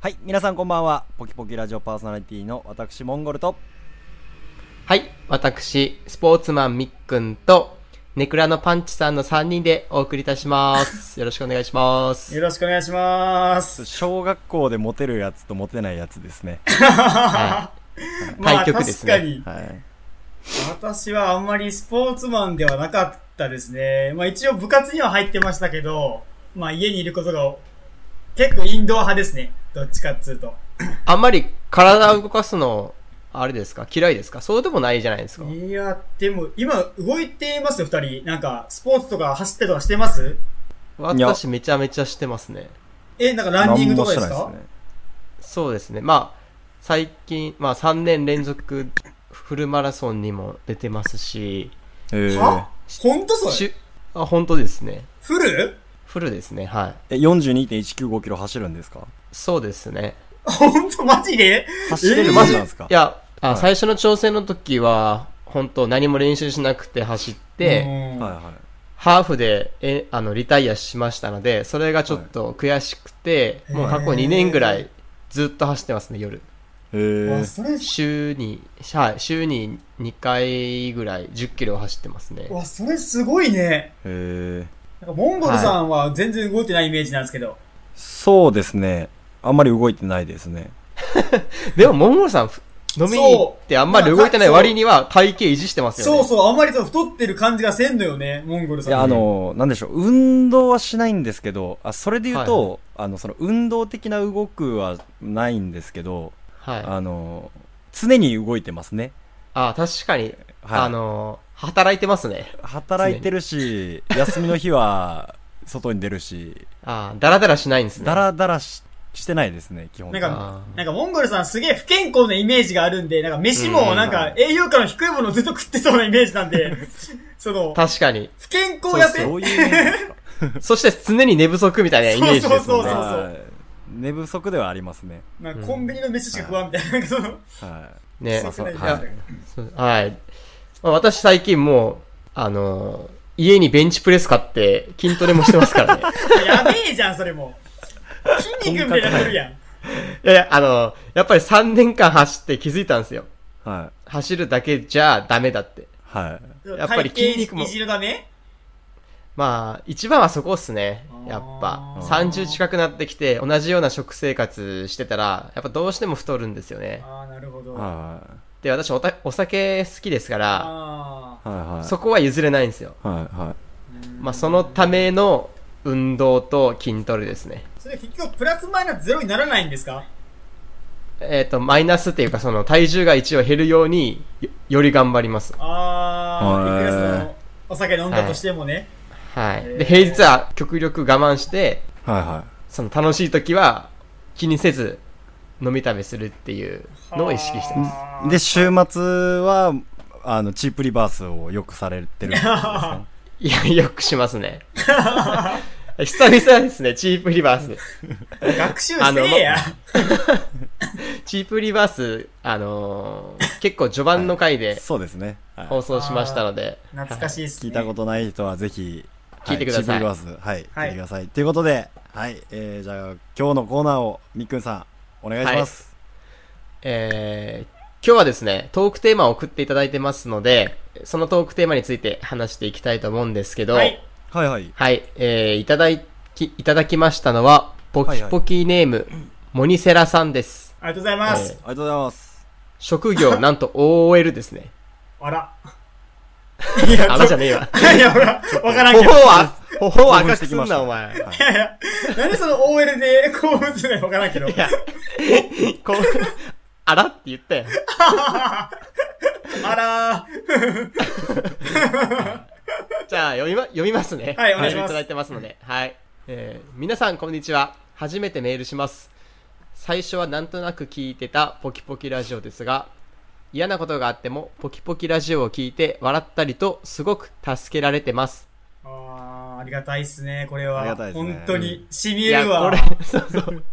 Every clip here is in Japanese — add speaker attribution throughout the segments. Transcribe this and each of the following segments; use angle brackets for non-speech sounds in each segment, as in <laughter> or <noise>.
Speaker 1: はい皆さんこんばんはポキポキラジオパーソナリティの私モンゴルと
Speaker 2: はい、私、スポーツマンみっくんと、ネクラのパンチさんの3人でお送りいたし
Speaker 3: <laughs>
Speaker 2: ます。よろしくお願いします。
Speaker 3: よろしくお願いします。
Speaker 1: 小学校でモテるやつとモテないやつですね
Speaker 2: は
Speaker 3: まあ
Speaker 2: 対局で
Speaker 3: 確
Speaker 2: す
Speaker 3: か
Speaker 2: ね
Speaker 3: に、
Speaker 1: はい
Speaker 3: 私はあんまりスポーツマンではなかったですね。まあ一応部活には入ってましたけど、まあ家にいることが結構インドア派ですね。どっちかっつうと。
Speaker 2: い、あんまり体を動かすの、あれですか嫌いですかそうでもないじゃないですか。
Speaker 3: いや、でも今動いてますよ、二人。なんかスポーツとか走ってとかしてます
Speaker 2: 私めちゃめちゃしてますね。
Speaker 3: え、なんかランニングとかです
Speaker 1: 何も
Speaker 3: か
Speaker 1: してない
Speaker 2: そうですね。まあ、最近、まあ3年連続フルマラソンにも出てますし、
Speaker 1: ですね
Speaker 3: はほんとそれ
Speaker 2: しゅあ本当ですね。
Speaker 3: フル <laughs>
Speaker 2: フルですね。はい。
Speaker 1: えーえ42.195キロ走るんですか
Speaker 2: そうですね。
Speaker 3: ほんとマジで
Speaker 1: 走れるもんなんですか、
Speaker 2: いや、あ
Speaker 1: はい
Speaker 2: 最初の挑戦の時は、本当何も練習しなくて走って、
Speaker 3: うん
Speaker 1: はいはい
Speaker 2: ハーフで、え、あの、リタイアしましたので、それがちょっと悔しくて、
Speaker 3: はい
Speaker 2: もう過去
Speaker 3: へー
Speaker 2: 2年ぐらいずっと走ってますね、
Speaker 3: <laughs>
Speaker 2: 夜。
Speaker 1: え
Speaker 3: あ
Speaker 1: ー、
Speaker 3: それ
Speaker 2: 週に、はい、週に2回ぐらい10キロ走ってますね。
Speaker 3: わ、それすごいね。
Speaker 1: えー、
Speaker 3: なんかモンゴルさんは全然動いてないイメージなんですけど。
Speaker 1: そうですねあんまり動いてないですね
Speaker 2: でも、モンゴルさん、ふ飲みに行ってあんまり動いてない割には体型維持してますよね。
Speaker 3: そうそう、あんまりそう太ってる感じがせんのよね、モンゴルさ
Speaker 1: い
Speaker 3: ん。
Speaker 1: やあ、のなんでしょう運動はしないんですけどあそれで言うと、
Speaker 2: はい
Speaker 1: あのその運動的な動くはないんですけど、
Speaker 2: はい。
Speaker 1: あの常に動いてますね、
Speaker 2: あ、確かに、
Speaker 1: はい、
Speaker 2: あの、働いてますね。
Speaker 1: 働いてるし休みの日は外に出るし
Speaker 2: あ、だらだらしないんですね。
Speaker 1: だらだらししてないですね基本的
Speaker 3: な
Speaker 1: に
Speaker 3: んか
Speaker 2: あー
Speaker 3: なんかモンゴルさんすげえ不健康なイメージがあるんで、なんか飯もなんか栄養価の低いものをずっと食ってそうなイメージなんで、 <laughs> その、
Speaker 2: 確かに。
Speaker 3: 不健康痩
Speaker 1: ど
Speaker 3: せ
Speaker 1: ういうイメージですか
Speaker 2: そして常に寝不足みたいなイメージですもんね。
Speaker 3: そうそうそう
Speaker 1: はい寝不足ではありますね
Speaker 3: <laughs> なんかコンビニの飯しか食わんみたいな、なんかその、
Speaker 1: は
Speaker 2: ね
Speaker 3: 不足なイメ
Speaker 1: は
Speaker 3: ー
Speaker 1: い
Speaker 3: ジ
Speaker 2: はいそうはい。まあ私最近もう、あのー家にベンチプレス買って筋トレもしてますからね。
Speaker 3: <laughs> やべえじゃん、それも。筋肉みたいになってるやん。
Speaker 2: いやいや、あのーやっぱり3年間走って気づいたんですよ。
Speaker 1: いはい
Speaker 2: 走るだけじゃダメだって。
Speaker 1: はい
Speaker 2: やっぱり筋肉も
Speaker 3: 体型いじるため
Speaker 2: まあ、一番はそこっすね。やっ
Speaker 3: あ
Speaker 2: ぱ。
Speaker 3: ー
Speaker 2: 30近くなってきて、同じような食生活してたら、やっぱどうしても太るんですよね。
Speaker 3: ああ、なるほど。あ
Speaker 1: は
Speaker 2: で、私おたお酒好きですから、
Speaker 3: あ
Speaker 1: いはいはい
Speaker 2: そこは譲れないんですよ。
Speaker 1: はいはい
Speaker 3: ー。
Speaker 2: まあ、そのための運動と筋トレですね。
Speaker 3: それ結局プラスマイナスゼロにならないんですか
Speaker 2: えっ、と、マイナスっていうか、その体重が一応減るようによ、より頑張ります。
Speaker 3: ああ、
Speaker 1: へ
Speaker 3: い
Speaker 1: ー
Speaker 3: くらその、お酒飲んだとしてもね。
Speaker 2: はい。
Speaker 3: へ
Speaker 2: で、
Speaker 3: ー
Speaker 2: 平日は極力我慢して、
Speaker 1: はいはい
Speaker 2: その楽しい時は気にせず飲み食べするっていうのを意識してます。
Speaker 3: はー
Speaker 1: で、週末は、あの、チープリバースをよくされてるんです
Speaker 3: <laughs>
Speaker 1: ね。
Speaker 2: いや、よくしますね。 <laughs> 久々ですね、チープリバース。
Speaker 3: 学習 <laughs> せえや。
Speaker 2: チープリバース、あのー結構序盤の回で
Speaker 1: そうですね。はい
Speaker 2: 放送しましたので、
Speaker 3: 懐かしいっすね。
Speaker 1: 聞いたことない人はぜひ、は
Speaker 2: 聞いてください
Speaker 1: チープリバース、はい、
Speaker 3: は
Speaker 1: 聞
Speaker 3: い
Speaker 1: いてください。ということで、はい、えー、じゃあ、今日のコーナーを、みっくんさん、お願いします。
Speaker 2: えー今日はですね、トークテーマを送っていただいてますので、そのトークテーマについて話していきたいと思うんですけど、
Speaker 3: はい。
Speaker 1: はい、はい、
Speaker 2: はい、えーいただき、いただきましたのは、ポ
Speaker 1: はい
Speaker 2: キ
Speaker 1: はい
Speaker 2: ポキネーム、モニセラさんです。
Speaker 3: ありがとうございます。
Speaker 1: あ
Speaker 2: え
Speaker 1: りがとうございます。
Speaker 2: 職
Speaker 1: <laughs>
Speaker 2: 業、なんと OL ですね。
Speaker 3: あ
Speaker 2: <laughs>
Speaker 3: ら。いや
Speaker 2: あらじゃねえわ。
Speaker 3: <laughs> いや、ほら、わからん
Speaker 2: 頬
Speaker 3: けど。い
Speaker 2: は、頬を
Speaker 1: 興奮
Speaker 2: 赤
Speaker 1: して
Speaker 2: く
Speaker 1: き
Speaker 2: す
Speaker 1: ま
Speaker 2: ん
Speaker 1: した
Speaker 2: な、お前。
Speaker 3: やいや、なんでその OL で興奮するのかわからんけど。
Speaker 2: いや、こう、 <laughs> あらって言ったよ。
Speaker 3: あら
Speaker 2: じゃあ読みま、読みますね。
Speaker 3: はいお願いし
Speaker 2: メール
Speaker 3: ます
Speaker 2: いただいてますので。はい。えー皆さんこんにちは。初めてメールします。最初はなんとなく聞いてたポキポキラジオですが、嫌なことがあってもポキポキラジオを聞いて笑ったりとすごく助けられてます。
Speaker 3: ー。あーありがたいっすね、これは。
Speaker 1: ありがたいっすね
Speaker 3: 本当に、しみ
Speaker 2: い
Speaker 3: える
Speaker 2: こ
Speaker 3: わ
Speaker 2: れ。、 <laughs> そうそう。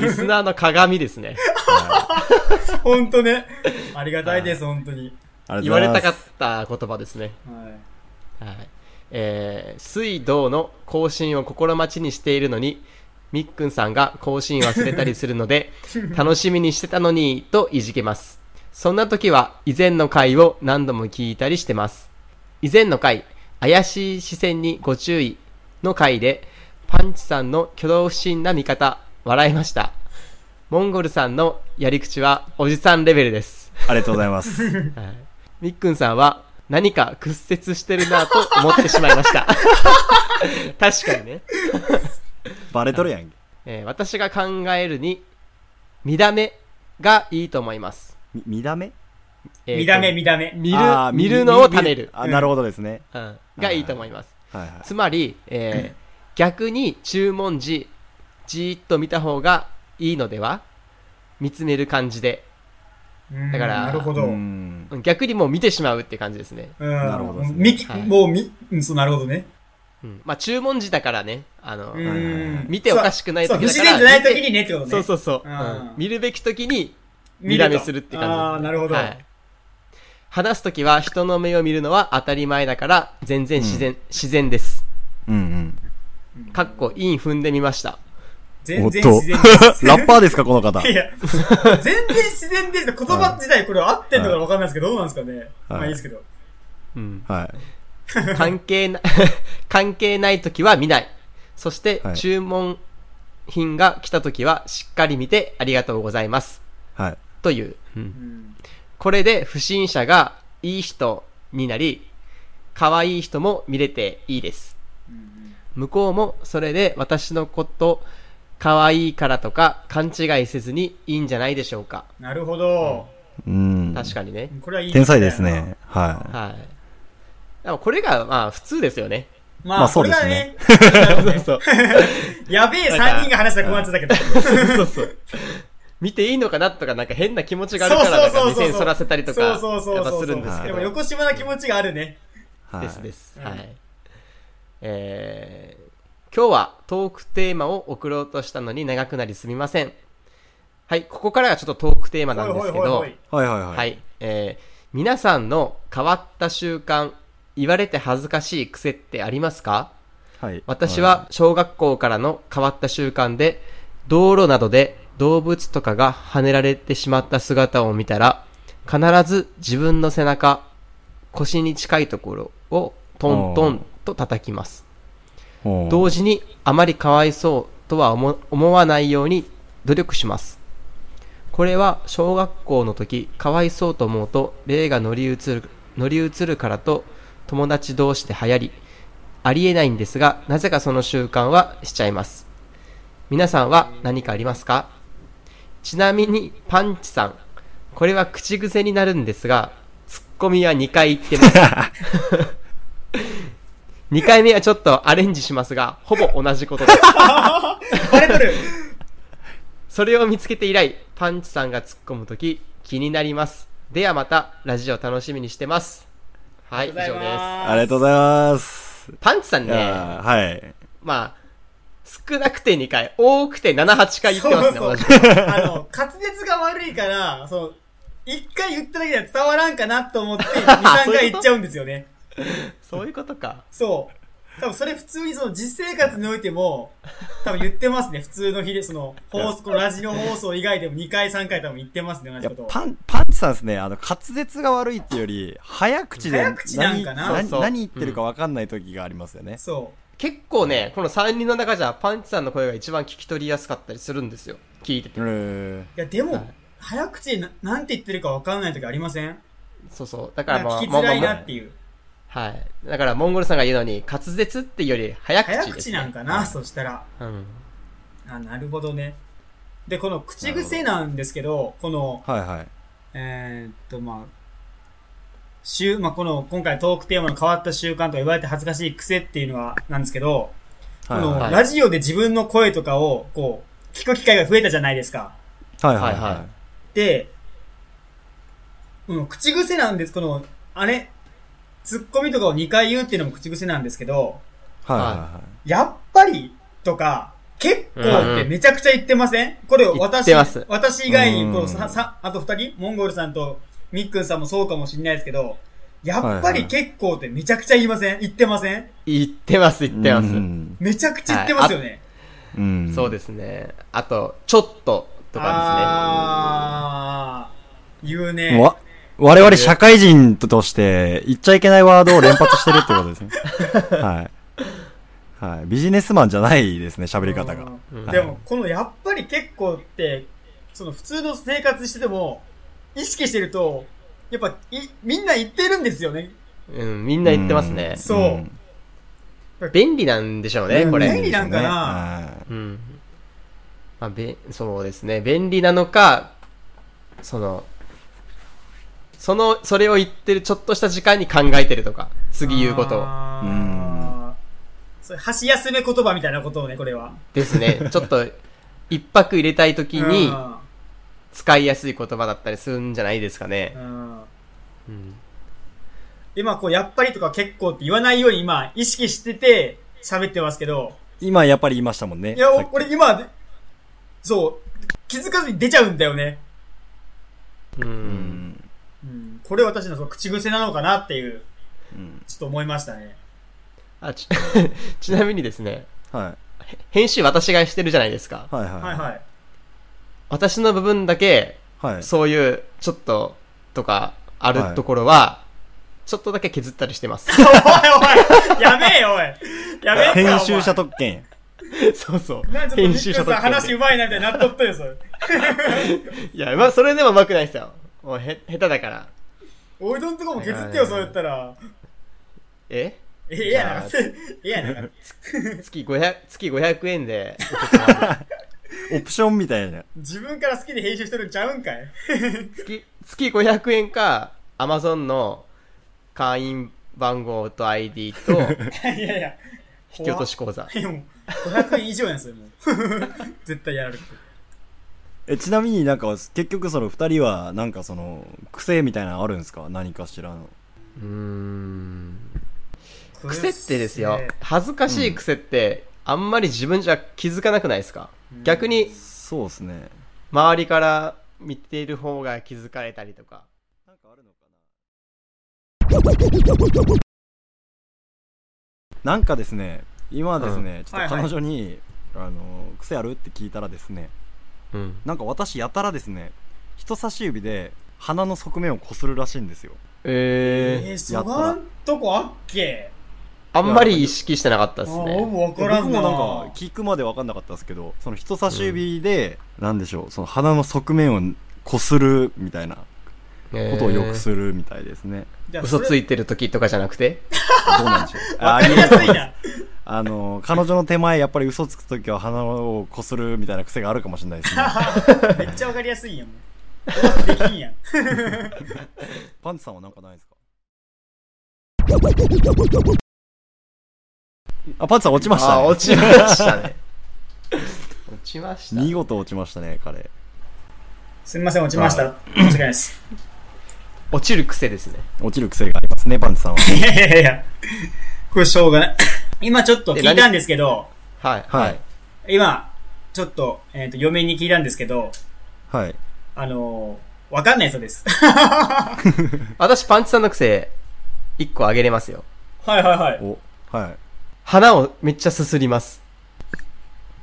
Speaker 2: リスナーの鏡ですね。
Speaker 3: <laughs> 本当ね。ありがたいです、本当に。
Speaker 1: あり
Speaker 2: 言
Speaker 1: が
Speaker 2: わ
Speaker 1: とうござ
Speaker 2: れた
Speaker 1: いま
Speaker 2: かっ
Speaker 1: す。
Speaker 2: た言葉ですね。
Speaker 3: はい。
Speaker 2: はいえー水道の更新を心待ちにしているのにみっくんさんが更新忘れたりするので、楽しみにしてたのに、といじけます。そんな時は、以前の回を何度も聞いたりしてます。以前の回、怪しい視線にご注意の回で、パンチさんの挙動不審な見方、笑いました。モンゴルさんのやり口はおじさんレベルです。
Speaker 1: ありがとうございます。
Speaker 2: はいみっくんさんは何か屈折してるなぁと思ってしまいま
Speaker 3: <laughs>
Speaker 2: した。確かにね、
Speaker 1: <laughs> バレとるやんけ。
Speaker 2: えー私が考えるに、見だめがいいと思います。
Speaker 1: み見だめ
Speaker 2: えーと
Speaker 3: 見だめ、見だめ。
Speaker 2: 見る
Speaker 1: あー、
Speaker 2: 見るのをためる。
Speaker 1: あ、なるほどですね。
Speaker 2: うんがいいと思います。
Speaker 1: はいはい。
Speaker 2: つまり、えー逆に注文時、じーっと見た方がいいのでは見つめる感じで。
Speaker 3: うん
Speaker 2: だから
Speaker 3: なるほど。
Speaker 1: う
Speaker 3: うん。
Speaker 1: ん
Speaker 2: うん逆にもう見てしまうって感じですね。
Speaker 1: な
Speaker 3: な
Speaker 1: るほどですね
Speaker 2: はい
Speaker 3: もうみ、うん、そう、なるほどね。
Speaker 2: うん、まあ注文時だからね、あの、
Speaker 3: う
Speaker 1: はいはいはい
Speaker 3: ん。
Speaker 2: 見ておかしくない
Speaker 3: そう、
Speaker 2: 時
Speaker 3: 不
Speaker 2: だか
Speaker 3: 自
Speaker 2: ら
Speaker 3: 然じゃない時にねってことね。
Speaker 2: そうそうそう、
Speaker 3: うん
Speaker 2: うん見るべき時に見
Speaker 3: 見
Speaker 2: だ
Speaker 3: ると
Speaker 2: めするって感じ。
Speaker 3: ああ、なるほど。
Speaker 2: はい話す時は人の目を見るのは当たり前だから全然自然、自然です。
Speaker 1: うんうん。
Speaker 2: かっこ、イン踏んでみました。
Speaker 1: お
Speaker 3: 全
Speaker 1: っ
Speaker 3: 然
Speaker 1: と。
Speaker 3: 自然で
Speaker 1: <laughs>
Speaker 2: <laughs>
Speaker 3: す。
Speaker 1: ラッパーですか、この
Speaker 3: <laughs>
Speaker 1: 方。
Speaker 3: いや、全然自然です。言葉自体これ合ってんのかわかんないですけど、どうなんですかね。まあいいですけど。
Speaker 2: うん、
Speaker 1: はい。
Speaker 2: 関係な、 <laughs> 関係ない時は見ない。そして、
Speaker 1: はい
Speaker 2: 注文品が来た時はしっかり見てありがとうございます。
Speaker 1: はい。
Speaker 2: という。
Speaker 3: うん。
Speaker 2: これで不審者がいい人になり、可愛い人も見れていいです。向こうもそれで私のこと可愛いからとか勘違いせずにいいんじゃないでしょうか。
Speaker 3: なるほど。
Speaker 1: うん。
Speaker 2: 確かにね。
Speaker 3: これはいい、
Speaker 1: 天才です。ね。は
Speaker 2: はい。でもこれがまあ普通ですよね。
Speaker 3: まあ、
Speaker 1: まあそ
Speaker 3: そうれ
Speaker 1: で
Speaker 3: が
Speaker 1: すね
Speaker 3: ね、
Speaker 2: そう。
Speaker 3: やべ
Speaker 2: な
Speaker 3: え
Speaker 2: んか
Speaker 3: 3人が話したら困っちゃったけど。
Speaker 2: そうそう。見ていいのかなとかなんか変な気持ちがあるからなんか目線そらせたりとかやっ
Speaker 3: そうそうそうそう
Speaker 2: ぱするんですけど
Speaker 3: やっぱ。横島な気持ちがあるね。
Speaker 1: い。はい
Speaker 2: ですです。
Speaker 3: うん
Speaker 2: はい。えー今日はトークテーマを送ろうとしたのに長くなりすみません。はい、ここからがちょっとトークテーマなんですけど、
Speaker 3: い。 <laughs>
Speaker 1: はいはいはい。
Speaker 2: はい、えー皆さんの変わった習慣、言われて恥ずかしい癖ってありますか
Speaker 1: はい。
Speaker 2: 私は小学校からの変わった習慣で、道路などで動物とかが跳ねられてしまった姿を見たら、必ず自分の背中、腰に近いところをトントンと叩きます。
Speaker 1: おー、
Speaker 2: 同時にあまりかわいそうとは思思わないように努力します。これは小学校の時、かわいそうと思うと、霊が乗り移る、乗り移るからと、友達同士で流行り、ありえないんですが、なぜかその習慣はしちゃいます。皆さんは何かありますかちなみに、パンチさん、これは口癖になるんですが、ツッコミは2回言ってます。2回目はちょっとアレンジしますが、ほぼ同じことです。
Speaker 3: バレとる。
Speaker 2: それを見つけて以来、パンチさんが突っ込むとき、気になります。ではまた、ラジオ楽しみにしてます。はい、以上で
Speaker 1: ありがとうございます。
Speaker 2: す。パンチさん
Speaker 1: い
Speaker 2: ね、
Speaker 1: やーはい。
Speaker 2: まあ、少なくて2回、多くて7、8回言ってますね、
Speaker 3: そ
Speaker 2: 同
Speaker 3: う
Speaker 2: じ
Speaker 3: そうあの、滑舌が悪いから、そう、一回言っただけでは伝わらんかなと
Speaker 2: <laughs>
Speaker 3: 思って、二、三回言っちゃうんですよね。
Speaker 2: そういうことか。
Speaker 3: そう。多分それ普通にその実生活においても、多分言ってますね。普通の日で、その、放送、このラジオ放送以外でも2回3回多分言ってますね、同
Speaker 1: い
Speaker 3: じ
Speaker 1: や
Speaker 3: ことを。
Speaker 1: パン、パンチさんですね、あの、滑舌が悪いっていうより、早口で
Speaker 3: 早口なんかな
Speaker 1: 何
Speaker 2: そうそう
Speaker 1: 何言ってるか分かんない時がありますよね。
Speaker 3: そ
Speaker 2: 結構ね、この3人の中じゃ、パンチさんの声が一番聞き取りやすかったりするんですよ。聞いてて。
Speaker 1: うーん
Speaker 3: う。いや、でも、
Speaker 2: はい
Speaker 3: 早口でななんて言ってるか分かんない時ありません
Speaker 2: そうそう。だか
Speaker 3: な
Speaker 2: ら
Speaker 3: んか
Speaker 2: まあ、
Speaker 3: 聞き
Speaker 2: まあ
Speaker 3: づ
Speaker 2: まあ
Speaker 3: らい
Speaker 2: ま
Speaker 3: な
Speaker 2: あ
Speaker 3: っていう。
Speaker 2: はい。だから、モンゴルさんが言うのに、滑舌っていうより、早口です、
Speaker 3: 早
Speaker 2: ね。
Speaker 3: 口なんかな、そしたら。
Speaker 2: うん。
Speaker 3: あ、なるほどね。で、この口癖なんですけど、この、
Speaker 1: はいはい。
Speaker 3: えーっと、まあ、週、まあ、この、今回トークテーマの変わった習慣とか言われて恥ずかしい癖っていうのは、なんですけど、こ
Speaker 1: はい
Speaker 3: の、
Speaker 1: はい。
Speaker 2: い
Speaker 3: ラジオで自分の声とかを、こう、聞く機会が増えたじゃないですか。
Speaker 1: はいはい
Speaker 2: はいは
Speaker 1: はい
Speaker 3: で、この口癖なんです、この、あれ、ツッコミとかを2回言うっていうのも口癖なんですけど、
Speaker 1: い。はいは
Speaker 3: やっぱりとか、結構
Speaker 2: うん
Speaker 3: っ
Speaker 2: う
Speaker 3: て
Speaker 2: ん
Speaker 3: めちゃくちゃ言ってません、これ
Speaker 2: 言っ
Speaker 3: 私
Speaker 2: てます、
Speaker 3: 私以外にこ
Speaker 1: うん
Speaker 3: うさ、さ、あと二人モンゴルさんとミックンさんもそうかもしれないですけど、やっぱり結構ってめちゃくちゃ言いません言ってません
Speaker 2: 言ってます、
Speaker 1: い。
Speaker 2: 言ってます。
Speaker 1: うん
Speaker 3: めちゃくちゃ言ってますよね。
Speaker 1: うん
Speaker 2: そうですね。あと、ちょっととか
Speaker 3: あー、言うね。
Speaker 1: わ我々社会人として言っちゃいけないワードを連発してるってことです
Speaker 2: <laughs>
Speaker 1: ね。はい。はい。ビジネスマンじゃないですね、喋り方が。
Speaker 3: うん
Speaker 2: はい
Speaker 3: でも、このやっぱり結構って、その普通の生活してても、意識してると、やっぱい、みんな言ってるんですよね。
Speaker 2: ですね。うん、みんな言ってますね
Speaker 1: ん。
Speaker 3: そう
Speaker 2: 便利なんでしょうね、
Speaker 1: うん
Speaker 2: こ
Speaker 3: 便
Speaker 2: れ。
Speaker 3: 利なんかな
Speaker 1: はい
Speaker 2: うん。まあ、べ、そうですね。便利なのか、その、その、それを言ってるちょっとした時間に考えてるとか、次言うことを。
Speaker 1: う
Speaker 3: あーそれ、箸休め言葉みたいなことをね、これは。
Speaker 2: ですね。ちょっと、一泊入れたい時に
Speaker 3: うん
Speaker 2: 使いやすい言葉だったりするんじゃないですかね
Speaker 3: う。ん
Speaker 2: うん。
Speaker 3: 今、こう、やっぱりとか結構って言わないように今、意識してて、喋ってますけど、
Speaker 1: 今やっぱり言いましたもんね。
Speaker 3: いや、
Speaker 1: さっき
Speaker 3: 俺今、そう、気づかずに出ちゃうんだよね。
Speaker 2: う。
Speaker 1: うんん。
Speaker 3: うん、これ私のその口癖なのかなっていう、
Speaker 1: うん
Speaker 3: ちょっと思いましたね。
Speaker 2: あ、ち、 <laughs> ちなみにですね、
Speaker 1: はい。
Speaker 2: 編集私がしてるじゃないですか。
Speaker 1: はい
Speaker 3: はい
Speaker 1: は
Speaker 3: はい。
Speaker 2: 私の部分だけ、
Speaker 1: い。はい。
Speaker 2: そういう、ちょっと、とか、あるところは、ちょっとだけ削ったりしてます。
Speaker 3: おいおいやめえよおいやめえよ
Speaker 1: 編集者特権。
Speaker 2: <laughs> そうそう
Speaker 3: お前なん。かちょっと
Speaker 2: 編
Speaker 3: 編
Speaker 2: 集
Speaker 3: 集
Speaker 2: 者
Speaker 3: 者
Speaker 2: と
Speaker 3: さん
Speaker 2: か
Speaker 3: 話うまいなみたいになっとったよ、それ。
Speaker 2: いや、まあ、それでも上手くないですよ。もうへ、下手だから。
Speaker 3: おいどんとこも削ってよ、そうやったら。
Speaker 2: え
Speaker 3: ええやな
Speaker 2: じゃ。
Speaker 3: <laughs> ええやな。
Speaker 2: 月500、月500円で、
Speaker 1: オプションみたいな。
Speaker 3: 自分から好きで編集してるんちゃうんかい <laughs>
Speaker 2: <laughs> 月、月500円か、アマゾンの会員番号と ID と、
Speaker 3: <laughs> いやいや。
Speaker 2: 引き落とし口座。
Speaker 3: いやもう、500円以上やん、それもう。 <laughs> 絶対やられる。
Speaker 1: え、ちなみになんか、結局その二人は、なんかその、癖みたいなのあるんですか何かしらの。
Speaker 2: うーん。癖ってですよ
Speaker 3: ね、
Speaker 2: 恥ずかしい癖って、あんまり自分じゃ気づかなくないですか、
Speaker 3: うん
Speaker 2: 逆に、
Speaker 1: そうですね。
Speaker 2: 周りから見ている方が気づかれたりとか。
Speaker 1: なんかあるのかななんかですね、今ですね、ちょっと彼女に、あの、癖あるって聞いたらですね、
Speaker 2: うん。
Speaker 1: なんか私やたらですね、人差し指で鼻の側面をこするらしいんですよ。
Speaker 2: えー
Speaker 3: えー、そがんとこあっけ
Speaker 2: あんまり意識してなかったです
Speaker 3: あー
Speaker 2: ね。
Speaker 3: もう分からん
Speaker 1: 僕
Speaker 3: な。
Speaker 1: もなんか聞くまで分かんなかったんですけど、その人差し指で、なんでしょう、その鼻の側面をこするみたいなことをよくするみたいですね。
Speaker 3: じゃあそ
Speaker 2: 嘘
Speaker 3: れ
Speaker 2: ついてる時とかじゃなくて
Speaker 1: どうなんでしょう。
Speaker 3: わかりやすいな。
Speaker 1: あの、彼女の手前、やっぱり嘘つくときは鼻をこするみたいな癖があるかもしれないですね。
Speaker 3: めっちゃわかりやすいやん、もう。うまくできんやん。
Speaker 1: パンツさんはなんかないですかあ、パンツさん落ちました、
Speaker 2: あ
Speaker 1: ね。
Speaker 2: ー、落ちましたね。 <laughs> 落ちました。
Speaker 1: 見事落ちましたね、彼。
Speaker 3: すみません、落ちました。間違いないです。
Speaker 2: 落ちる癖ですね。
Speaker 1: 落ちる癖がありますね、パンツさんは。
Speaker 3: いやいやいや。これしょうがない。今ちょっと聞いたんですけど、
Speaker 2: はい。
Speaker 1: はい。
Speaker 3: 今、ちょっと、えっ、と、嫁に聞いたんですけど、
Speaker 1: はい。
Speaker 3: あのー、わかんないそうです。
Speaker 2: 私、パンチさんの癖、一個あげれますよ。
Speaker 3: はいはいはい。
Speaker 1: お、はい。
Speaker 2: 鼻をめっちゃすすります。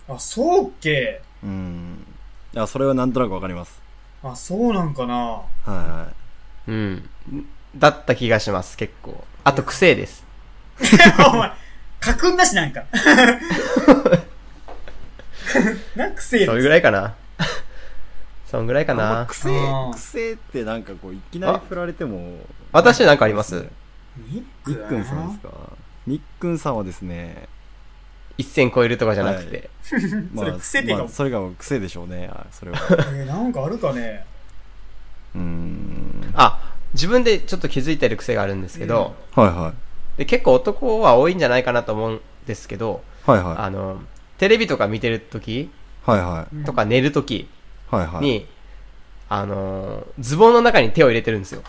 Speaker 3: あ、そうっけ
Speaker 1: うーん。いや、それはなんとなくわかります。
Speaker 3: あ、そうなん
Speaker 2: <laughs>
Speaker 3: かな
Speaker 1: はいはい。
Speaker 2: うん。だった気がします、結構。あと、癖です。
Speaker 3: お前、かくんだしなんか。なんかせえ
Speaker 2: それぐらいかな。 <laughs> そんぐらいか
Speaker 1: あんま
Speaker 2: な。
Speaker 1: 癖
Speaker 3: あ、ー
Speaker 1: 癖ってなんかこう、いきなり振られても。
Speaker 2: 私なんかあります
Speaker 3: ニッ
Speaker 1: ニ
Speaker 3: ク
Speaker 1: ッ
Speaker 3: だ
Speaker 1: クン
Speaker 3: な
Speaker 1: さんですかニックンさんはですね、
Speaker 2: 一線超えるとかじゃなくて。
Speaker 1: まあ、
Speaker 3: <laughs> それ癖でかも
Speaker 1: まあそれが癖でしょうね、あそれは。
Speaker 3: えーなんかあるかね
Speaker 1: うーん。
Speaker 2: あ、自分でちょっと気づいてる癖があるんですけど、
Speaker 1: はいはい。
Speaker 2: で結構男は多いんじゃないかなと思うんですけど、
Speaker 1: はいは
Speaker 2: あの、テレビとか見てる時
Speaker 1: い。はいは
Speaker 2: とか寝る時
Speaker 1: い。はいはい。
Speaker 2: に、あのー、ズボンの中に手を入れてるんですよ。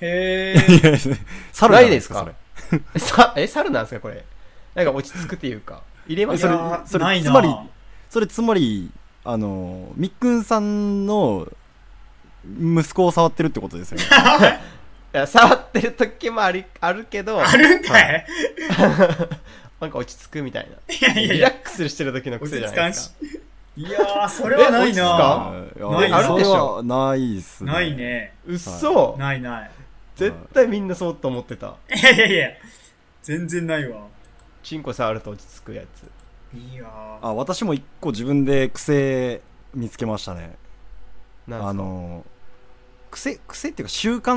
Speaker 3: へ
Speaker 1: い
Speaker 2: <laughs>
Speaker 3: え。
Speaker 1: や、 <laughs> 猿じゃ
Speaker 2: ないですか
Speaker 1: それ
Speaker 2: <laughs> さ、え、猿なんですかこれ。なんか落ち着くっていうか。入れま
Speaker 1: え
Speaker 2: す
Speaker 1: それ
Speaker 3: いやー
Speaker 1: それ
Speaker 3: ないな
Speaker 1: つまりそれつまり、あの、みっくんさんの息子を触ってるってことですよね。
Speaker 2: いや触ってる時もあり、あるけど、
Speaker 3: あるんかい
Speaker 2: <laughs> なんか落ち着くみたいな。
Speaker 3: いやいや
Speaker 2: リ
Speaker 3: い
Speaker 2: ラ
Speaker 3: や
Speaker 2: ッ、クスしてる時の
Speaker 3: 落
Speaker 2: 癖
Speaker 3: ち
Speaker 2: じゃな
Speaker 3: 着か
Speaker 2: い
Speaker 3: ん
Speaker 2: で
Speaker 3: し
Speaker 2: すか。。
Speaker 3: いやー、それはない
Speaker 2: え落
Speaker 3: な
Speaker 1: はいいや
Speaker 3: ない
Speaker 1: そ
Speaker 3: ある
Speaker 1: れ
Speaker 3: で
Speaker 2: しょ
Speaker 1: はないっすね。
Speaker 3: ない。ね。
Speaker 2: うっそ、
Speaker 3: ないない。
Speaker 2: 絶対みんなそうと思ってた。
Speaker 3: いやいやいや、全然ないわ。
Speaker 2: チンコ触ると落ち着くやつ。
Speaker 3: いやー。
Speaker 1: あ、私も一個自分で癖見つけましたね。
Speaker 2: なんすか
Speaker 1: あ、の、癖、癖っていうか習慣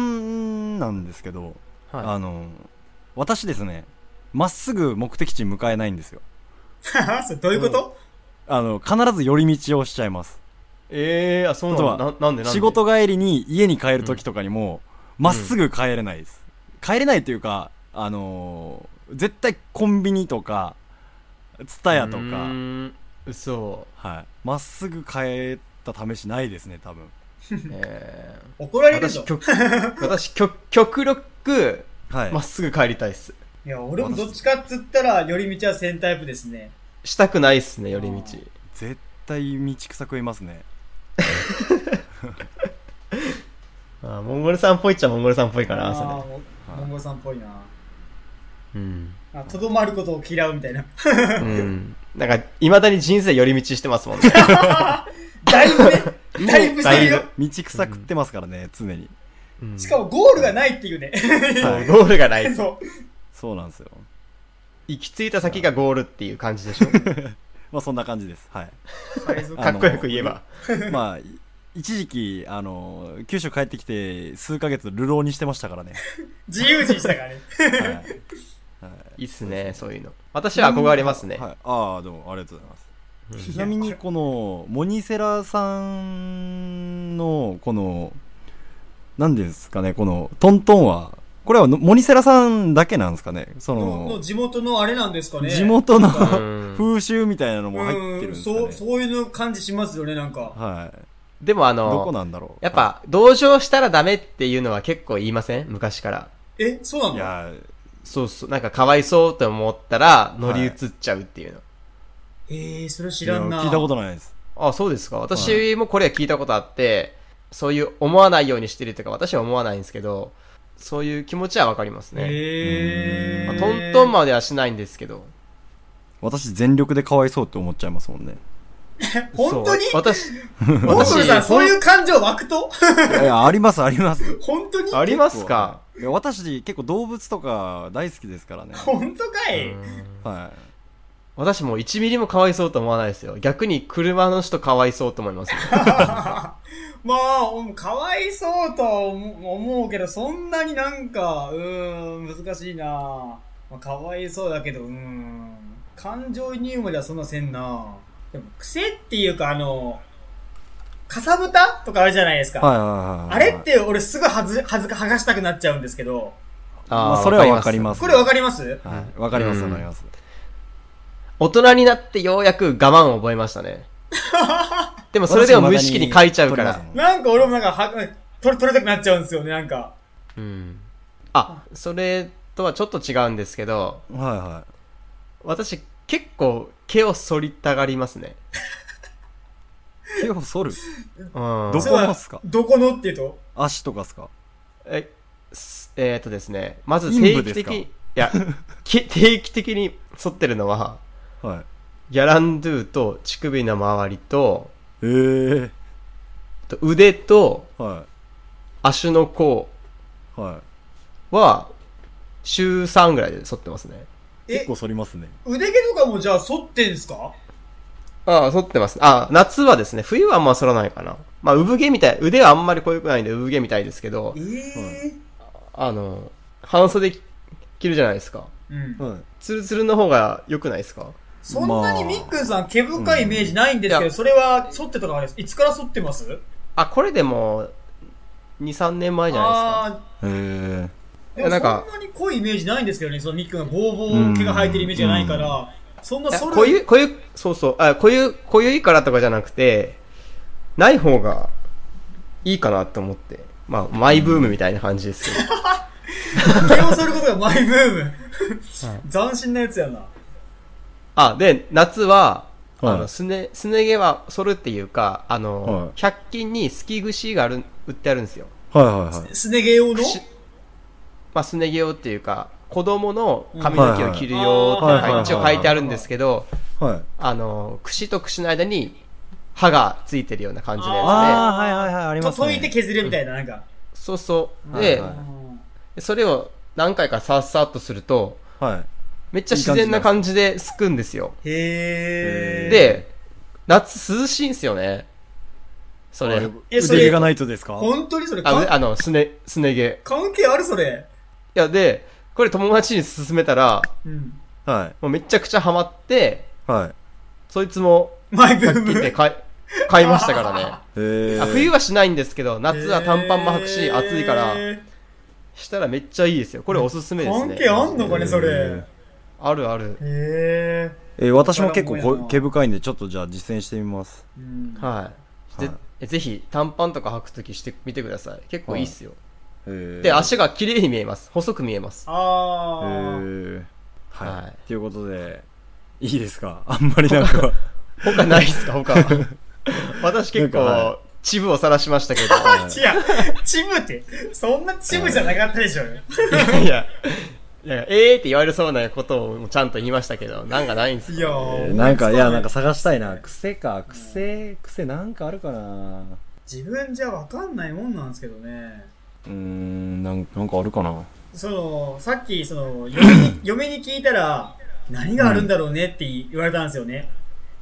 Speaker 1: なんですけど、
Speaker 2: はい、
Speaker 1: あの、私ですね、まっすぐ目的地に向かえないんですよ。
Speaker 3: <laughs> それどういうこと、
Speaker 1: あの、必ず寄り道をしちゃいます。
Speaker 2: ええあ、そうな
Speaker 1: 例
Speaker 2: の
Speaker 1: えば
Speaker 2: ななんでなんで
Speaker 1: 仕事帰りに家に帰る時とかにも、まっすぐ帰れないです。帰れないというか、あのー絶対コンビニとか、ツタヤと
Speaker 2: う
Speaker 1: か、
Speaker 2: ーん。嘘。
Speaker 1: はい。まっすぐ帰った試しないですね、多分。
Speaker 2: えー
Speaker 3: 怒られる
Speaker 2: 私
Speaker 3: ぞ。
Speaker 2: 極私極極力
Speaker 1: はい。
Speaker 2: まっすぐ帰りたいっす
Speaker 3: いや、俺もどっちかっつったら、寄り道は1000タイプですね。
Speaker 2: したくないっすね寄り道
Speaker 1: 絶対道草食いますね。
Speaker 2: あーモンゴルさんっぽいっちゃモンゴルさんっぽいかなそ
Speaker 3: あ
Speaker 2: れ
Speaker 3: ーもモンゴルさんっぽいな。
Speaker 2: うん、
Speaker 3: あとどまることを嫌うみたいな。
Speaker 2: うん、なんかいまだに人生寄り道してますもんね
Speaker 3: だいぶね、だいぶして
Speaker 2: だい
Speaker 3: るよ。
Speaker 1: 道草食ってますからね、常に。
Speaker 2: うん
Speaker 3: しかもゴールがないっていうね。 <laughs>
Speaker 2: そうゴールがない
Speaker 3: そ
Speaker 1: そうなんですよ。
Speaker 2: 行き着いた先がゴールっていう感じでしょ
Speaker 1: まあそんな感じです。はい。
Speaker 3: <laughs> う。海賊
Speaker 1: あ
Speaker 2: かっこよく言えば
Speaker 1: まあ、い一時期、あのー、九州帰ってきて数ヶ月流浪にしてました
Speaker 3: <laughs>
Speaker 1: からね。
Speaker 3: 自由人したからね。
Speaker 1: はい。はい
Speaker 2: いいっすねそういうの私は憧れますね、
Speaker 1: はい、ああ、でもありがとうございます。
Speaker 3: い
Speaker 1: ち
Speaker 3: や
Speaker 1: なみに、この、モニセラさんの、この、何ですかね、この、トントンは、これはのモニセラさんだけなんですかねそ
Speaker 3: のの
Speaker 1: の、
Speaker 3: 地元のあれなんですかね。
Speaker 1: 地元の
Speaker 2: うん
Speaker 1: 風習みたいなのも入ってるん
Speaker 3: う
Speaker 1: で
Speaker 3: ん、
Speaker 1: すかね
Speaker 3: そう、そういうの感じしますよね、なんか。
Speaker 1: はい。
Speaker 2: でもあ
Speaker 1: どこ
Speaker 2: の
Speaker 1: なんだろう
Speaker 2: やっ、ぱ同情したらダメっていうのは結構言いません昔から
Speaker 3: え、そうないの
Speaker 1: や、
Speaker 2: そうそうなんかかわいそうって思ったら乗り移っちゃうっていうの、
Speaker 3: えー、それ知らん
Speaker 1: い
Speaker 3: な。
Speaker 1: や聞いたことないです。
Speaker 2: あ、そうですか。私もこれは聞いたことあって、そういう思わないようにしてるとか、私は思わないんですけど、そういう気持ちはわかりますね。
Speaker 3: え
Speaker 2: まあ
Speaker 3: ー。
Speaker 2: トントンまではしないんですけど。
Speaker 1: 私、全力でかわいそうって思っちゃいますもんね。
Speaker 3: 本当に
Speaker 2: そう私、
Speaker 3: モンゴルさん、
Speaker 2: 私
Speaker 3: そういう感情湧くと <laughs>
Speaker 1: いやいや、あります、あります。
Speaker 3: 本当
Speaker 2: <laughs>
Speaker 3: に
Speaker 2: ありますか
Speaker 1: いや私、結構動物とか大好きですからね。
Speaker 3: 本当かい、
Speaker 1: はい。
Speaker 2: 私もう1ミリもかわいそうと思わないですよ。逆に車の人かわいそうと思いますよ。
Speaker 3: まあ、うんかわいそうとは思思うけど、そんなになんか、うーん、難しいなまあ、かわいそうだけど、うーん。感情移入まではそんなせんなでも、癖っていうか、あの、かさぶたとかあるじゃないですか。
Speaker 1: はいはいはいはい。
Speaker 3: あれって俺すぐはず、はずか、剥がしたくなっちゃうんですけど、
Speaker 1: まあ
Speaker 2: ー
Speaker 1: それはわかります。
Speaker 3: これわかります
Speaker 1: はい。わかりま
Speaker 2: う
Speaker 1: す、
Speaker 2: ん
Speaker 1: わかります。
Speaker 2: 大人になってようやく我慢を覚えまし
Speaker 1: <laughs>
Speaker 2: たね。でもそれでも無意識に書いちゃうから。
Speaker 3: なんか俺もなんか、は、取れ、取れたくなっちゃうんですよね、なんか。
Speaker 2: うん。あ、それとはちょっと違うんですけど、
Speaker 1: はいは
Speaker 2: 私結構毛を剃りたがりますね
Speaker 1: い。毛を剃る
Speaker 2: うん
Speaker 1: どこのっすか
Speaker 3: どこのっていうと
Speaker 1: 足とかっすか
Speaker 2: えすえー、っとですねまず
Speaker 1: 陰
Speaker 2: 定
Speaker 1: 部で
Speaker 2: 期
Speaker 1: す
Speaker 2: 的
Speaker 1: か
Speaker 2: にいやけ定期的に剃ってるのは
Speaker 1: はい。
Speaker 2: ギャランドゥと乳首の周りと
Speaker 1: ええ
Speaker 2: あと腕と
Speaker 1: は
Speaker 2: 足の甲
Speaker 1: い。は
Speaker 2: は週3ぐらいで剃ってますね
Speaker 1: い。結
Speaker 3: え
Speaker 1: 構、剃りますね。
Speaker 3: 腕毛とかもじゃあ剃ってんすか
Speaker 2: ああ、剃ってます。ああ夏はですね、冬はあんま剃らないかな。まあ、産毛みたい、腕はあんまり濃くないんで、産毛みたいですけど
Speaker 3: え、え
Speaker 2: あの、半袖着るじゃないですか。
Speaker 3: うん。
Speaker 1: はい。
Speaker 2: ツルツルの方が良くないですか
Speaker 3: そんなにみっくんさん、毛深いイメージないんです
Speaker 2: うんい
Speaker 3: けど、
Speaker 2: や
Speaker 3: それは剃ってとかです、いつから剃ってます
Speaker 2: あ、これでも、2、3三年前じゃないですか。
Speaker 1: え
Speaker 3: あ
Speaker 1: え
Speaker 3: ーでも
Speaker 2: いやなんか
Speaker 3: そんなに濃いイメージないんですけどね、そのみっくんがボーボー毛が生えてるイメージがないから、そんない
Speaker 2: や
Speaker 3: 剃る。
Speaker 2: こういう、こういう、そうそう、あ、こういう、こういういからとかじゃなくて、ない方がいいかなと思って。まあ、マイブームみたいな感じですけど。
Speaker 3: 毛を剃ることがマイブーム。
Speaker 2: い
Speaker 3: 斬新なやつやな。
Speaker 2: あ、で、夏は、あ
Speaker 1: は
Speaker 2: の、
Speaker 1: い
Speaker 2: すね、すね毛は剃るっていうか、あの、
Speaker 1: はい
Speaker 2: 100均にすき串がある、売ってあるんですよ。
Speaker 1: はいはいはい。
Speaker 3: すね毛用の
Speaker 2: 串まあ、すね毛用っていうか、子供の髪の毛を切るよ
Speaker 1: うんはいは
Speaker 2: っ
Speaker 1: い
Speaker 2: て
Speaker 1: はい
Speaker 2: 一応書いてあるんですけど、
Speaker 1: はい。
Speaker 2: あの、串と串の間に歯がついてるような感じのや
Speaker 1: ああ、はいはいはい、あり
Speaker 3: と
Speaker 1: ますね。
Speaker 3: 解いて削るみたいな、なんか。
Speaker 2: つで、そうそう。
Speaker 1: はい
Speaker 2: で
Speaker 1: は、
Speaker 2: それを何回かさっさっとすると、
Speaker 1: はい。
Speaker 2: めっちゃ自然な感じですくんですよ。
Speaker 3: へー。
Speaker 2: で、夏涼しいんですよね。それ。
Speaker 3: えそれ
Speaker 1: 腕毛がないとですか
Speaker 3: 本当にそれ、
Speaker 2: あ、う
Speaker 3: か
Speaker 2: あの、すね、すね毛。
Speaker 3: 関係あるそれ。
Speaker 2: いや、で、これ友達に勧めたら、
Speaker 3: うん。
Speaker 1: は
Speaker 2: もうめちゃくちゃハマって、
Speaker 1: い。はい。
Speaker 2: そいつも、
Speaker 3: マイブー
Speaker 2: 切って
Speaker 3: <laughs> ム。
Speaker 2: 買い、買いましたからね。
Speaker 1: えー、
Speaker 2: あ冬はしないんですけど、夏は短パンも履くし、
Speaker 3: へー
Speaker 2: 暑いから、したらめっちゃいいですよ。これおすすめですね。
Speaker 3: 関係あんのかね、それ。
Speaker 2: あるある。
Speaker 3: へ
Speaker 1: えー私も結構
Speaker 3: これはもうや
Speaker 1: こ
Speaker 3: な
Speaker 1: 毛深いんで、ちょっとじゃあ実践してみます。
Speaker 3: ー。
Speaker 2: はい。
Speaker 1: は
Speaker 2: ぜぜひ、短パンとか履くときしてみてください。結構いいっすよ。
Speaker 1: えー、
Speaker 2: で、足が綺麗に見えます。細く見えます。
Speaker 1: え
Speaker 3: あー。
Speaker 1: ー、はい。と、
Speaker 2: はいい、
Speaker 1: うことで、いいですか <laughs> あんまりなん
Speaker 2: <laughs>
Speaker 1: か、
Speaker 2: 他ないっすか他。私結
Speaker 1: なんかは
Speaker 2: 構、チブを晒しましたけど。
Speaker 3: 違う、チブって、そんなチブじゃなかったでしょうよ。
Speaker 2: いやいや、いやえーって言われそうなことをちゃんと言いましたけど、なんかないんです
Speaker 3: <laughs> い
Speaker 2: よ。
Speaker 3: や
Speaker 1: え
Speaker 3: ー
Speaker 1: ーなんか、いや、なんか探したいな。癖か、癖、癖なんかあるかな
Speaker 3: 自分じゃわかんないもんなんですけどね。
Speaker 1: うーん、なんなんかあるかな
Speaker 3: その、さっき、その、嫁に
Speaker 1: <laughs>
Speaker 3: 嫁に聞いたら、何があるんだろうねって言われたんですよね。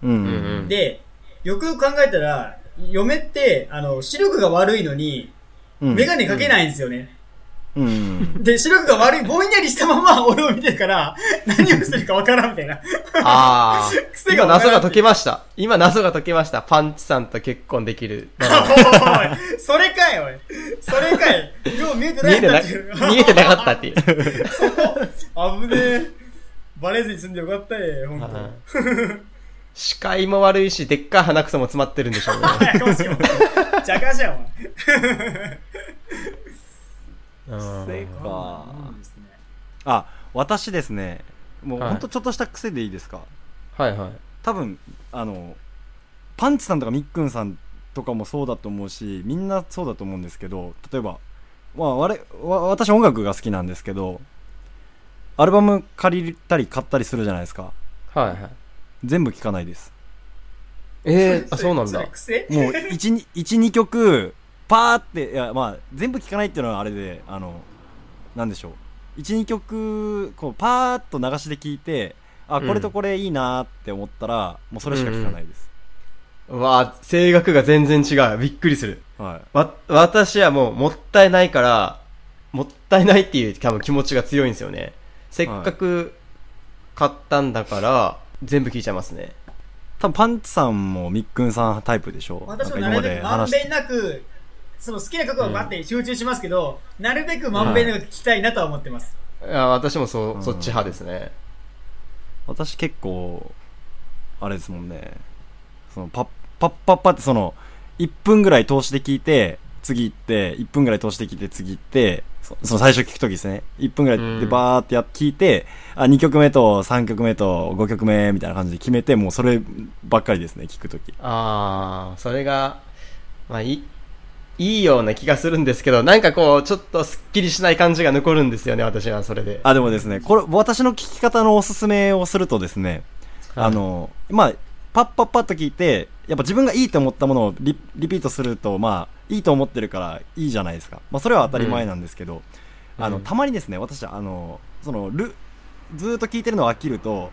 Speaker 1: うん。
Speaker 2: うんうん
Speaker 3: で、よくよく考えたら、嫁って、あの、視力が悪いのに、
Speaker 1: うん
Speaker 3: メガネかけないんですよね。
Speaker 1: うんうん。
Speaker 3: で、視力が悪い、ぼんやりしたまま俺を見てるから、何をしてるかわからんみたいな。
Speaker 2: ああ。
Speaker 3: 癖が
Speaker 2: 今
Speaker 3: わか
Speaker 2: 謎
Speaker 3: ら
Speaker 2: が
Speaker 3: ん
Speaker 2: 解けました。今謎が解けました。パンチさんと結婚できる。
Speaker 3: おい、それかい、おい。それかい。よう見えて
Speaker 2: 見え
Speaker 3: ないん
Speaker 2: て
Speaker 3: だ
Speaker 2: な
Speaker 3: っていう。、 <laughs>
Speaker 2: 見えてなかったっていう。
Speaker 3: そこ、危ねえ。バレずに済んでよかったえ、ほんと。
Speaker 2: はい視界も悪いし、でっかい鼻くそも詰まってるんでしょうね。
Speaker 3: <laughs> 早くしよう。邪魔じゃん、お前。
Speaker 2: うん
Speaker 1: か
Speaker 3: うんですね
Speaker 1: あ、私ですね、もう
Speaker 2: はい
Speaker 1: ほんとちょっとした癖でいいですか、
Speaker 2: はいはい。
Speaker 1: 多分あのパンチさんとかみっくんさんとかもそうだと思うしみんなそうだと思うんですけど例えば、まあ、我々わ私音楽が好きなんですけどアルバム借りたり買ったりするじゃないですか
Speaker 2: はいはい。
Speaker 1: 全部聴かないです
Speaker 2: ええあ、そうなん
Speaker 3: そ
Speaker 2: だ
Speaker 3: れ。癖
Speaker 2: <laughs>
Speaker 1: もう12曲パーっていやまあ全部聴かないっていうのはあれであのなんでしょう12曲こうパーっと流しで聴いてあこれとこれいいなーって思ったら、もうそれしか聴かないです、
Speaker 2: うわあ、声楽が全然違う。びっくりする。
Speaker 1: はい
Speaker 2: わ、私はもう、もったいないから、もったいないっていう多分気持ちが強いんですよね。せっかく買ったんだから、全部聞いちゃいますね。
Speaker 1: 多分パンチさんもみっくんさんタイプでしょ
Speaker 3: 私も
Speaker 1: な
Speaker 3: なん
Speaker 1: か
Speaker 3: る
Speaker 1: 今まで
Speaker 3: べくまん
Speaker 1: 話
Speaker 3: べ
Speaker 1: し
Speaker 3: んなく、その好きな曲はバッて集中しますけど、なるべくまんべんなく聞きたいなとは思ってます。
Speaker 2: あ私もそう、
Speaker 1: うん
Speaker 2: そっち派ですね。
Speaker 1: 私結構あれですもんねそのパッパッパッパってその1分ぐらい通して聞いて次行って1分ぐらい通して聞いて次行ってそその最初聞くときですね1分ぐらいで
Speaker 2: うん
Speaker 1: バーってやっ聞いて、あ2曲目と3曲目と5曲目みたいな感じで決めてもうそればっかりですね聞くとき
Speaker 2: ああ、それが、まあ、いい、いいような気がするんですけど、なんかこう、ちょっとスッキリしない感じが残るんですよね、私はそれで。
Speaker 1: あでもですねこれ私の聞き方のおすすめをするとですね
Speaker 2: はい
Speaker 1: あ、の、まあ、パッパッパッと聞いて、やっぱ自分がいいと思ったものをリリピートすると、まあ、いいと思ってるからいいじゃないですか。まあ、それは当たり前なんですけど、
Speaker 2: うん
Speaker 1: あの、
Speaker 2: うん
Speaker 1: たまにですね、私、あの、その、ル、ずーっと聞いてるのを飽きると、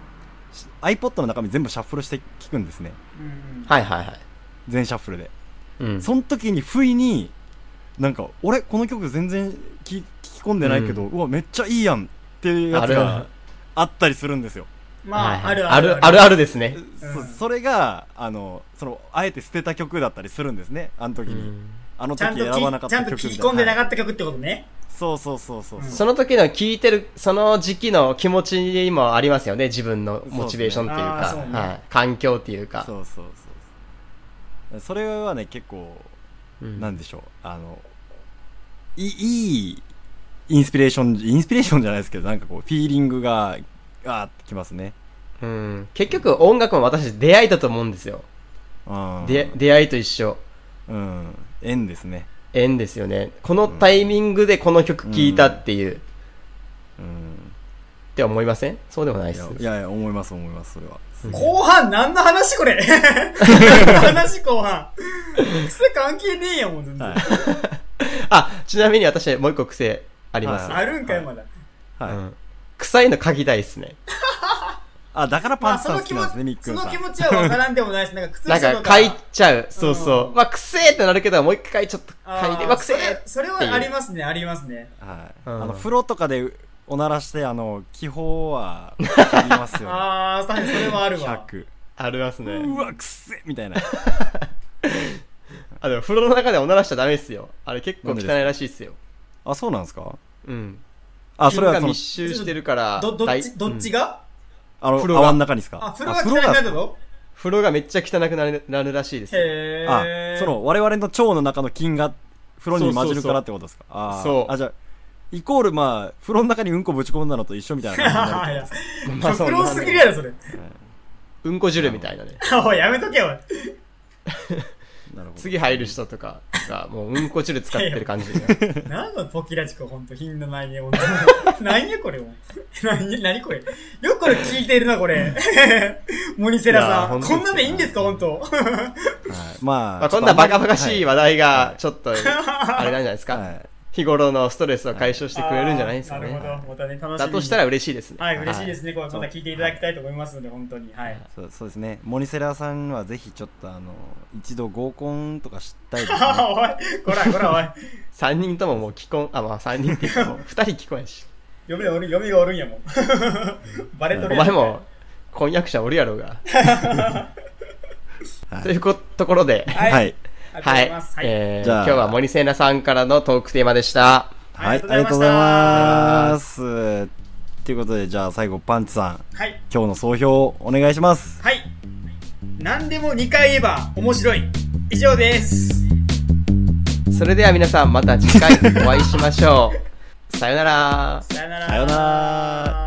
Speaker 1: し iPod の中身全部シャッフルして聞くんですね。
Speaker 3: うん
Speaker 2: はいはいはい。
Speaker 1: 全シャッフルで。
Speaker 2: うん。
Speaker 1: その時に、不意に、なんか、俺、この曲全然聞聞き込んでないけど、うわ、めっちゃいいやんっていうやつ
Speaker 2: あ
Speaker 1: が
Speaker 2: る
Speaker 1: あったりするんですよ。
Speaker 3: まあ、あ
Speaker 2: はい
Speaker 3: る
Speaker 2: はい
Speaker 3: ある。
Speaker 2: あるあるですね。
Speaker 1: そ
Speaker 3: うん
Speaker 1: それがあのそのあえて捨てた曲だったりするんですねあの時
Speaker 2: う
Speaker 1: に、
Speaker 2: ん
Speaker 1: あの
Speaker 3: ちゃ
Speaker 1: 時
Speaker 3: んと
Speaker 1: 選ばなか
Speaker 3: き
Speaker 1: っ
Speaker 3: ち
Speaker 1: た
Speaker 3: ゃんと
Speaker 1: 曲
Speaker 3: 聞
Speaker 1: み
Speaker 3: き
Speaker 1: たい
Speaker 3: 込んでな
Speaker 1: はい
Speaker 3: かった曲ってことね。
Speaker 1: そうそうそうそうそう、
Speaker 3: うん
Speaker 2: その時の聞いてる、その時期の気持ちにもありますよね、自分の
Speaker 1: ですね
Speaker 2: モチベーションという
Speaker 3: あー
Speaker 2: か、
Speaker 3: そうね
Speaker 2: はい、環境っていうか。
Speaker 1: そうそうそうそれはね結構
Speaker 2: うん
Speaker 1: なんでしょうあのいいいインスピレーションインスピレーションじゃないですけどなんかこうフィーリングがあーってきますね
Speaker 2: うん結局音楽も私出会いだと思うんですよ。
Speaker 1: うん
Speaker 2: で出会いと一緒。
Speaker 1: うん縁ですね
Speaker 2: 縁ですよね。このタイミングでこの曲聴いたっていう。
Speaker 1: うん
Speaker 2: って思いませんそうでもない
Speaker 1: い
Speaker 2: で
Speaker 1: や
Speaker 2: す
Speaker 1: いやいや思います思いますそれは
Speaker 3: 後半何の話
Speaker 1: <laughs>
Speaker 3: これ話後半。癖関係ねえやもん、全然。
Speaker 1: はい
Speaker 2: あちなみに私もう一個癖あります、
Speaker 1: は
Speaker 3: あるんかい、
Speaker 1: はい
Speaker 3: まだ。
Speaker 1: はい、
Speaker 2: うん、臭いの嗅ぎたいですね
Speaker 1: あだから
Speaker 3: ま
Speaker 1: パン
Speaker 3: あ、
Speaker 1: ツ
Speaker 3: そ
Speaker 1: さん
Speaker 3: の
Speaker 1: 好
Speaker 3: 気
Speaker 1: き
Speaker 3: 持
Speaker 1: なんですねみ
Speaker 3: ち、
Speaker 1: っく
Speaker 3: そ
Speaker 1: ん
Speaker 3: の
Speaker 1: さん
Speaker 3: 気持ちはわからんでもないです。なんか
Speaker 1: <laughs>
Speaker 3: 靴
Speaker 2: なん
Speaker 3: 下
Speaker 2: か
Speaker 3: とか。
Speaker 2: 嗅いちゃうそうそう、
Speaker 3: うん
Speaker 2: まあ臭えってなるけどもう一回ちょっと嗅い
Speaker 3: あ
Speaker 2: で
Speaker 3: ー
Speaker 2: まあ臭
Speaker 3: それ
Speaker 2: え
Speaker 3: それはありますね、ありますね。
Speaker 1: はい、
Speaker 2: うん
Speaker 1: あの風呂とかでおならしてあの気泡はあります
Speaker 2: <laughs>
Speaker 1: よね
Speaker 3: あー、さにそれはある
Speaker 1: <laughs>
Speaker 3: わ。
Speaker 1: 100
Speaker 2: ありますね
Speaker 1: うわくっせみたいな
Speaker 2: あでも風呂の中でおならしちゃダメですよあれ結構汚いらしいですよ
Speaker 1: あそうなんですか
Speaker 2: うん
Speaker 1: あそれは
Speaker 2: 菌
Speaker 1: そ
Speaker 2: が
Speaker 1: の
Speaker 2: 密集してるから
Speaker 3: ど、どっ
Speaker 2: 大
Speaker 3: ち、どっち
Speaker 2: うん
Speaker 3: が
Speaker 1: あの
Speaker 2: 風呂が
Speaker 1: 泡の中にですか
Speaker 3: あ、風呂が嫌いになるの
Speaker 2: 風呂がめっちゃ汚くなるなるらしいですよ
Speaker 3: へ
Speaker 1: あ
Speaker 3: ー。
Speaker 1: そ
Speaker 3: <laughs>
Speaker 1: の我々の腸の中の菌が風呂に混じるからってことですかあー
Speaker 2: そう
Speaker 1: あじゃあイコールまあ風呂の中にうんこぶち込んだのと一緒みたいな感じになるってことです
Speaker 2: まあ
Speaker 3: <laughs>
Speaker 2: そ
Speaker 3: プ
Speaker 2: んな
Speaker 3: ロすぎるやろ、
Speaker 1: <laughs>
Speaker 3: それ。
Speaker 2: うんこ汁みたいなね
Speaker 3: おい、やめとけよ。
Speaker 2: <laughs>
Speaker 1: かなるほど
Speaker 2: 次入る人とかがもううんこ汁使ってる感じで
Speaker 3: <laughs> 何のポキラジコ、ほんと、品のないね、ほんと。 <laughs> 何やこれ、も <laughs> う。何、何これ。よくこれ聞いているな、これ。 <laughs> モニセラ
Speaker 2: いや
Speaker 3: さ
Speaker 2: ほん
Speaker 3: ん。
Speaker 2: とです
Speaker 3: こ
Speaker 2: よ
Speaker 3: んなでいいんですか、ほんと。
Speaker 1: はいまあ、
Speaker 2: まあこんなバカバカしい
Speaker 1: わ
Speaker 2: 話題が
Speaker 1: は
Speaker 2: ちょっとあれなんじゃないです
Speaker 1: はい、
Speaker 2: か日頃のストレスを解消 <laughs> してくれるんじゃないですか
Speaker 3: あー <laughs> なる
Speaker 2: ね
Speaker 3: ほど。またね、楽しみに。
Speaker 2: だとしたら嬉しいですね
Speaker 3: はい、嬉しいですね。これ
Speaker 1: そ
Speaker 3: ま
Speaker 1: う
Speaker 3: た聞いていただきたいと思いますので、本当に。はい。
Speaker 1: そうそうですねモニセラさんはぜひちょっとあの一度合コンとかしたい
Speaker 2: <laughs>
Speaker 1: ですね
Speaker 3: ははおい、 <laughs> こら、こら、おい。
Speaker 2: 3人とももう既婚あまあ3人っていうかもう2人既婚やし
Speaker 3: 嫁がおる、嫁がおるんやもん。 <laughs> バレ
Speaker 2: <laughs>
Speaker 3: と
Speaker 2: お
Speaker 3: るやん
Speaker 2: 前も婚約者おるやろうが
Speaker 1: <laughs> はい
Speaker 2: ということころで
Speaker 3: はい。
Speaker 1: はい
Speaker 2: は
Speaker 3: ありがとうござ
Speaker 2: い
Speaker 3: います。はい。
Speaker 2: えー
Speaker 1: じゃあ
Speaker 2: 今日は森聖奈さんからのトークテーマでした
Speaker 1: は
Speaker 3: はいい、
Speaker 1: ありがとうございます。ということで、じゃあ最後、パンチさん、
Speaker 3: はい。
Speaker 1: 今日の総評をお願いします。
Speaker 3: はい。何でも2回言えば面白い。以上です。
Speaker 2: それでは皆さんまた次回お会いしましょうさよなら
Speaker 3: さよなら。
Speaker 1: さよなら。